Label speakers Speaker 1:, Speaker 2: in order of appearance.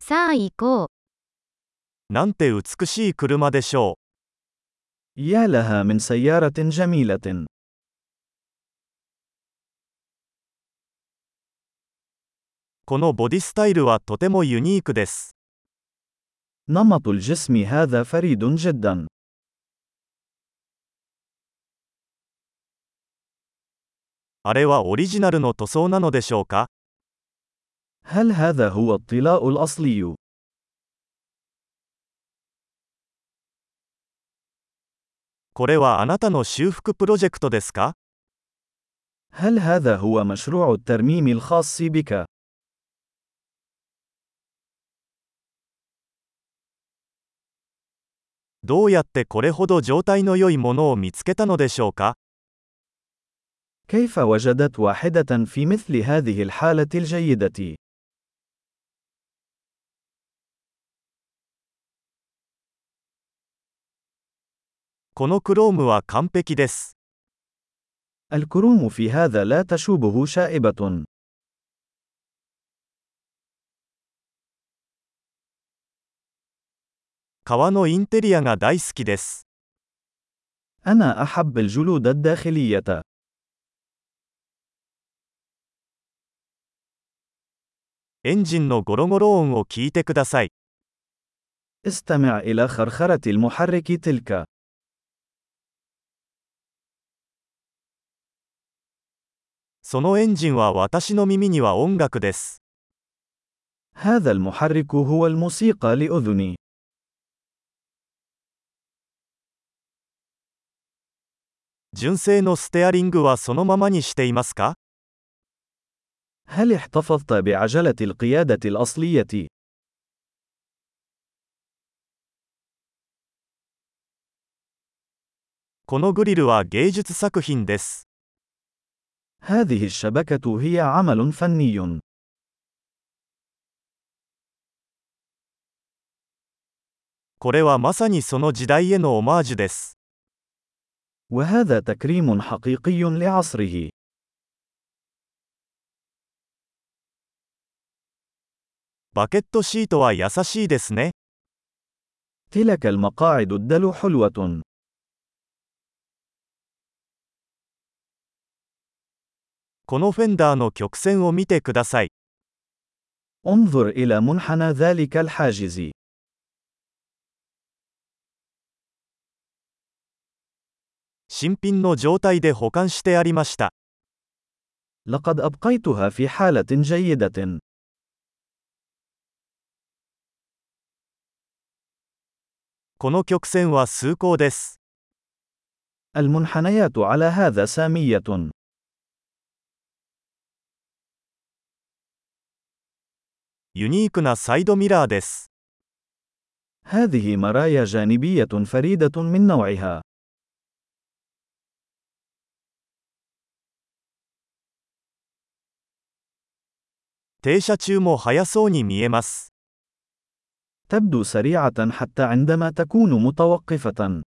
Speaker 1: さあ行こう。
Speaker 2: なんて美しい車でしょ
Speaker 3: يا لها من سيارة جميلة.
Speaker 2: う。このボディスタイルはとてもユニークです。
Speaker 3: نمط الجسم هذا فريد جدا.
Speaker 2: あれはオリジナルの塗装なのでしょうか
Speaker 3: هل هذا هو الطلاء الأصلي؟
Speaker 2: これはあなたの修復プロジェクトですか
Speaker 3: هل هذا هو مشروع الترميم الخاص بك؟
Speaker 2: どうやってこれほど状態の良いものを見つけたのでしょうか
Speaker 3: كيف وجدت واحدة في مثل هذه الحالة الجيدة؟
Speaker 2: このクロームは完璧です。
Speaker 3: الكروم في هذا لا تشوبه شائبة.
Speaker 2: 革のインテリアが大好きです。
Speaker 3: أنا أحب الجلود الداخلية.
Speaker 2: エンジンのゴロゴロ音を聞いてください。
Speaker 3: استمع إلى خرخرة المحرك تلك.
Speaker 2: そのエンジンは私の耳には音楽です。
Speaker 3: هذا المحرك هو الموسيقى لأذني.
Speaker 2: 純正のステアリングはそのままにしていますか
Speaker 3: هل احتفظت بعجلة القيادة الأصلية؟
Speaker 2: このグリルは芸術作品です。
Speaker 3: هذه الشبكة هي عمل فني.
Speaker 2: これはまさにその時代へのオマージュです。
Speaker 3: وهذا تكريم حقيقي لعصره.
Speaker 2: バケットシートは優しいですね。
Speaker 3: تلك المقاعد الدلو حلوة.
Speaker 2: このフェンダーの曲線を見てください。
Speaker 3: انظر إلى منحنى ذلك الحاجز.
Speaker 2: 新品の状態で保管してありました。
Speaker 3: لقد أبقيتها في حالة جيدة.
Speaker 2: この曲線は崇高です。
Speaker 3: المنحنيات على هذا سامية.
Speaker 2: ユニークなサイドミラーです。
Speaker 3: هذه مرايا جانبية فريدة من نوعها.
Speaker 2: 停車中も速そうに見えます。
Speaker 3: تبدو سريعة حتى عندما تكون متوقفة.